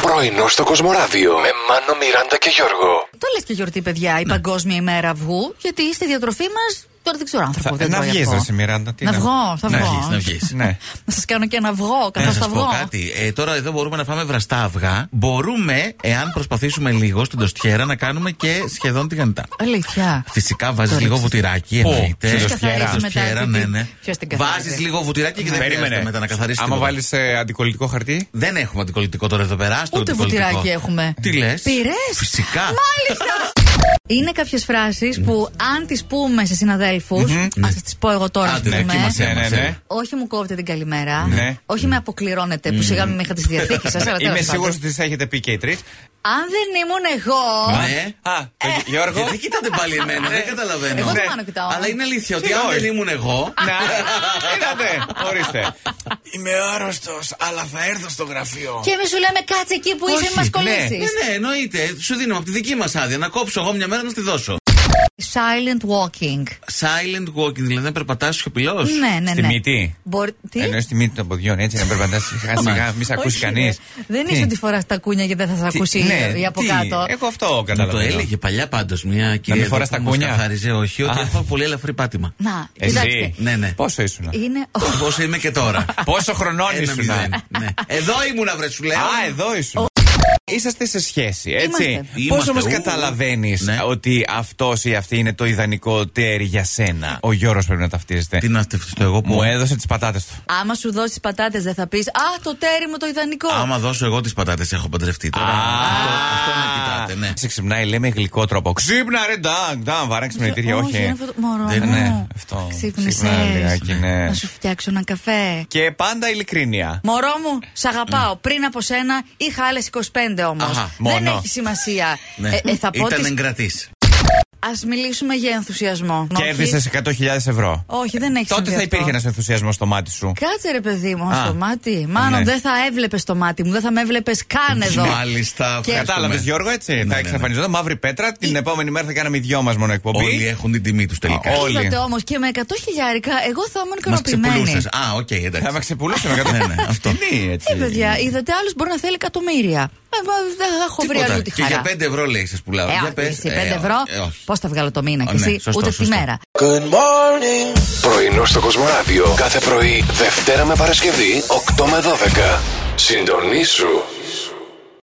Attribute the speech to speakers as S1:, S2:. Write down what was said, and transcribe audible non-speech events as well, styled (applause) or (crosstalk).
S1: Πρωινό στο Κοσμοράδιο με Μάνο, Μιράντα και Γιώργο.
S2: Το λες και γιορτή, παιδιά, η Παγκόσμια ημέρα αυγού, γιατί στη διατροφή μας. Τώρα δεν ξέρω άνθρωπος.
S3: Θα-
S2: δεν
S3: να
S2: τρώει
S3: βγεις,
S2: αυγό.
S3: ρε Μιράντα. τι
S2: Να βγω, θα
S4: Να
S2: βγω.
S4: βγεις, να βγεις.
S3: Ναι.
S2: Να σας κάνω και ένα αυγό,
S4: Να
S2: καθώ θα
S4: σας πω
S2: βγω.
S4: κάτι. Ε, τώρα εδώ μπορούμε να φάμε βραστά αυγά. Μπορούμε, εάν προσπαθήσουμε λίγο στην τοστιέρα, να κάνουμε και σχεδόν τηγανιτά.
S2: Αλήθεια.
S4: Φυσικά βάζεις
S2: Το
S4: λίγο
S2: ρίξεις.
S4: βουτυράκι,
S3: Πού?
S4: εννοείται.
S3: Στην
S2: Ποιος
S3: τοστιέρα.
S2: καθαρίζει μετά,
S4: Τοστιέρα,
S2: τι-
S4: ναι, ναι.
S2: ποιος την καθαρίζει.
S4: Βάζεις λίγο βουτυράκι και δεν
S3: Περίμενε.
S4: χρειάζεται μετά να καθαρίσει.
S3: Άμα
S4: τίποτα.
S3: βάλεις αντικολλητικό χαρτί.
S4: Δεν έχουμε αντικολλητικό τώρα εδώ πέρα. στο
S2: Ούτε
S4: αντικολλητικό.
S2: βουτυράκι έχουμε.
S4: Τι λες.
S2: Πυρές.
S4: Φυσικά.
S2: Είναι κάποιες φράσεις που αν τις πούμε σε συναδέλφους. Α τις πω εγώ τώρα, ας
S4: Άντε,
S2: πούμε.
S4: δοκίμασε.
S3: Ναι, ναι, ναι.
S2: Όχι μου κόβετε την καλημέρα.
S3: Ναι.
S2: Όχι με αποκληρώνετε που σιγά μην είχα τη διαθήκη σας.
S3: Είμαι σίγουρο ότι τις έχετε πει και οι τρεις.
S2: Αν δεν ήμουν εγώ.
S4: Ναι.
S3: Α, το
S2: Ε.
S3: Γιώργο.
S4: Γιατί κοιτάτε πάλι εμένα, δεν καταλαβαίνω.
S2: Εγώ δεν
S3: ναι.
S2: πάνω κοιτάω.
S4: Αλλά είναι αλήθεια ότι
S3: Τι
S4: αν
S3: όχι.
S4: δεν ήμουν εγώ.
S3: Να, είδατε, ορίστε.
S4: Είμαι άρρωστος, αλλά θα έρθω στο γραφείο.
S2: Και εμείς σου λέμε κάτσε εκεί που είσαι,
S4: Όχι,
S2: μας
S4: ναι.
S2: κολλήσει.
S4: Ναι, ναι, εννοείται. Σου δίνω από τη δική μας άδεια να κόψω εγώ μια μέρα να στη δώσω.
S2: Silent walking.
S4: Silent walking, δηλαδή να περπατάς σιωπηλός.
S2: Ναι, ναι,
S3: Στη
S2: ναι.
S3: μύτη.
S2: Μπορεί- Τι?
S3: Εννοείς τη μύτη των ποδιών, έτσι να περπατάς σιγά σιγά, μη σε ακούσει
S2: Όχι, ρε.
S3: κανείς.
S2: Δεν είσαι ότι φοράς τα κούνια και δεν θα σε ακούσει ή από κάτω.
S3: Ναι, Εγώ αυτό
S4: Μου το
S3: καταλαβαίνω.
S4: έλεγε παλιά πάντως μια κυρία.
S3: μην
S4: εδώ
S3: φοράς
S4: που
S3: τα
S4: μας
S3: κούνια.
S4: καθάριζε, όχι, ότι
S3: Α.
S4: έχω πολύ ελαφρύ πάτημα.
S2: Να, κοιτάξτε.
S3: Εσύ.
S4: Ναι, ναι.
S3: Πόσο ήσουν.
S2: Είναι.
S4: Πόσο είμαι και
S3: (laughs)
S4: τώρα.
S3: Πόσο χρονών
S4: Ένα
S3: ήσουν.
S4: μηδέν, ναι. Εδώ ήμουνα, βρε, σου λέω.
S3: Α, εδώ ήσουν. Είσαστε σε σχέση, έτσι.
S2: Είμαστε.
S3: Πόσο
S4: Είμαστε,
S3: όμως
S4: ου.
S3: καταλαβαίνεις
S4: Ναι.
S3: ότι αυτό ή αυτή είναι το ιδανικό τέρι για σένα. Ο Γιώργο πρέπει να ταυτίζεται.
S4: Τι να στεφτεί το εγώ που.
S3: Μου έδωσε τις πατάτες του.
S2: Άμα σου δώσεις πατάτες, δεν θα πεις Α, το τέρι μου το ιδανικό.
S4: Άμα δώσω εγώ τις πατάτες, έχω παντρευτεί τώρα. Αυτό, αυτό με κοιτάτε, ναι.
S3: Σε ξυπνάει, λέει με γλυκό τρόπο. Ξύπνα, ρε, ντάγκ, ντάγκ, βαρά ξυπνητήρια, όχι.
S2: είναι αυτό το- Μωρό.
S4: Δεν-
S2: μου.
S3: ναι, αυτό. Ξυπνά
S2: Ξύπνησες.
S3: λιγάκι, ναι.
S2: Να σου φτιάξω έναν καφέ.
S3: Και πάντα ειλικρίνεια.
S2: Μωρό μου, σ' αγαπάω. Πριν από σένα είχα άλλες 25 όμως.
S4: Αχα,
S2: Δεν
S3: Mm. μόνο.
S2: έχει σημασία.
S4: Ναι.
S2: Ε, ε, θα πω
S4: Ήταν
S2: τις...
S4: εγκρατής.
S2: Ας μιλήσουμε για ενθουσιασμό.
S3: Κέρδισε 100.000 ευρώ.
S2: Όχι, όχι, δεν έχει
S3: Τότε θα
S2: συμβεί
S3: υπήρχε
S2: αυτό.
S3: ένας ενθουσιασμός στο μάτι σου.
S2: Κάτσε ρε παιδί μου
S3: Α,
S2: στο μάτι. Μάνο,
S3: ναι.
S2: δεν θα έβλεπες το μάτι μου, δεν θα με έβλεπες καν εδώ.
S4: Μάλιστα,
S2: Και-
S4: ευχαριστούμε.
S3: Κατάλαβες, Γιώργο, έτσι. θα
S4: ναι, Ε-
S3: εξαφανιζόταν μαύρη πέτρα. Την επόμενη μέρα θα κάναμε οι δυο μας μόνο εκπομπή.
S4: Όλοι έχουν την τιμή τους τελικά.
S3: Α, όλοι.
S2: Είδατε όμως και με 100 χιλιάρικα, εγώ θα ήμουν
S4: Μας
S2: ικανοποιημένη.
S4: ξεπουλούσες. Α, οκ, εντάξει.
S3: Θα με ξεπουλούσαν κατά
S4: Ναι, ναι, αυτό.
S3: Ναι, έτσι.
S2: Τι Ε, παιδιά, είδατε άλλος μπορεί να θέλει εκατομμύρια. Ε, μα δεν θα έχω βρει
S4: Τίποτα.
S2: αλλού τη
S4: Και
S2: χαρά.
S4: για 5 ευρώ λέει, σα πουλάω.
S2: Ε,
S4: Για
S2: α,
S4: πες.
S2: εσύ,
S4: Ε,
S2: 5
S4: ε,
S2: ευρώ,
S4: ε, όχι.
S2: πώς θα βγάλω το μήνα
S4: Α,
S2: και εσύ,
S4: ναι, σωστό,
S2: ούτε
S4: σωστό.
S2: τη μέρα.
S1: Πρωινό στο Κοσμοράδιο κάθε πρωί, Δευτέρα με Παρασκευή, 8 με 12. Συντονίσου.